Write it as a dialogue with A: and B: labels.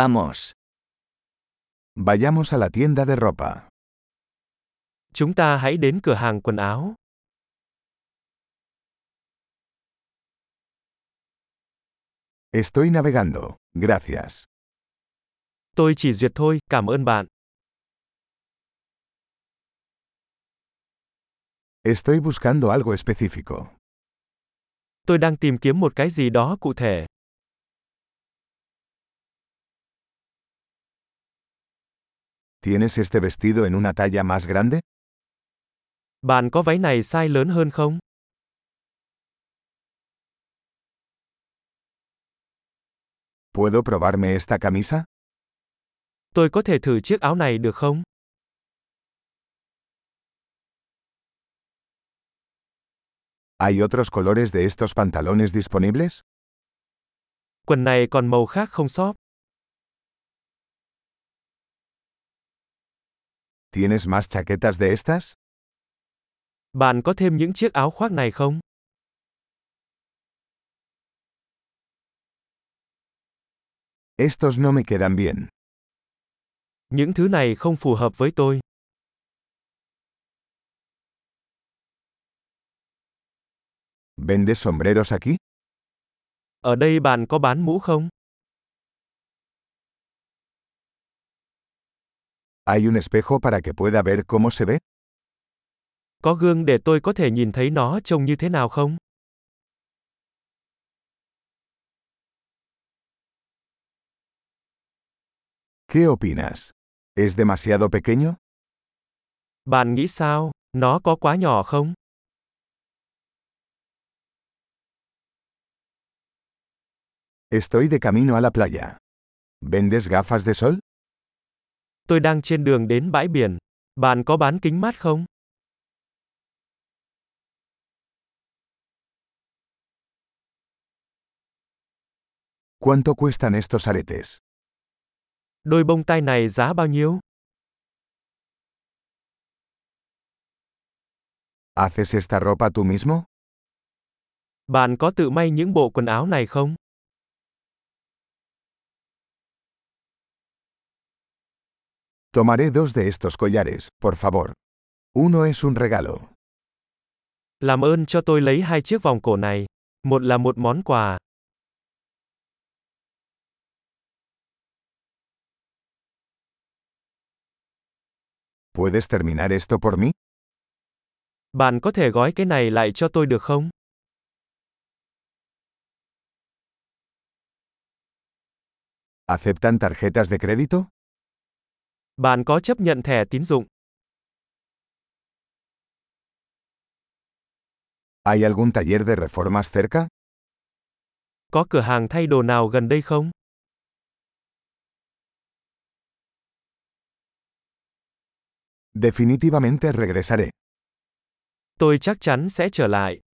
A: Vamos.
B: Vayamos a la tienda de ropa.
C: Chúng ta hãy đến cửa hàng quần áo.
B: Estoy navegando, gracias.
C: Tôi chỉ duyệt thôi, cảm ơn bạn.
B: Estoy buscando algo específico.
C: Tôi đang tìm kiếm một cái gì đó cụ thể.
B: ¿Tienes este vestido en una talla más grande?
C: Bạn có váy này size lớn hơn không?
B: ¿Puedo probarme esta camisa?
C: Tôi có thể thử chiếc áo này được không?
B: ¿Hay otros colores de estos pantalones disponibles?
C: Quần này còn màu khác không shop?
B: ¿Tienes más chaquetas de estas?
C: Bạn có thêm những chiếc áo khoác này không?
B: Estos no me quedan bien.
C: Những thứ này không phù hợp với tôi.
B: ¿Vendes sombreros aquí?
C: Ở đây bạn có bán mũ không?
B: ¿Hay un espejo para que pueda ver cómo se ve?
C: Có gương để tôi có thể nhìn thấy nó trông như thế nào không?
B: ¿Qué opinas? ¿Es demasiado pequeño?
C: Bạn nghĩ sao? Nó có quá nhỏ không?
B: Estoy de camino a la playa. ¿Vendes gafas de sol?
C: Tôi đang trên đường đến bãi biển. Bạn có bán kính mát không?
B: ¿Cuánto cuestan estos aretes?
C: Đôi bông tai này giá bao nhiêu?
B: ¿Haces esta ropa tú mismo?
C: Bạn có tự may những bộ quần áo này không?
B: Tomaré dos de estos collares, por favor. Uno es un regalo.
C: Làm ơn cho tôi lấy hai chiếc vòng cổ này. Một là một món quà.
B: ¿Puedes terminar esto por mí?
C: Bạn có thể gói cái này lại cho tôi được không?
B: ¿Aceptan tarjetas de crédito?
C: Bạn có chấp nhận thẻ tín dụng?
B: ¿Hay algún taller de reformas cerca?
C: Có cửa hàng thay đồ nào gần đây không?
B: Definitivamente regresaré.
C: Tôi chắc chắn sẽ trở lại.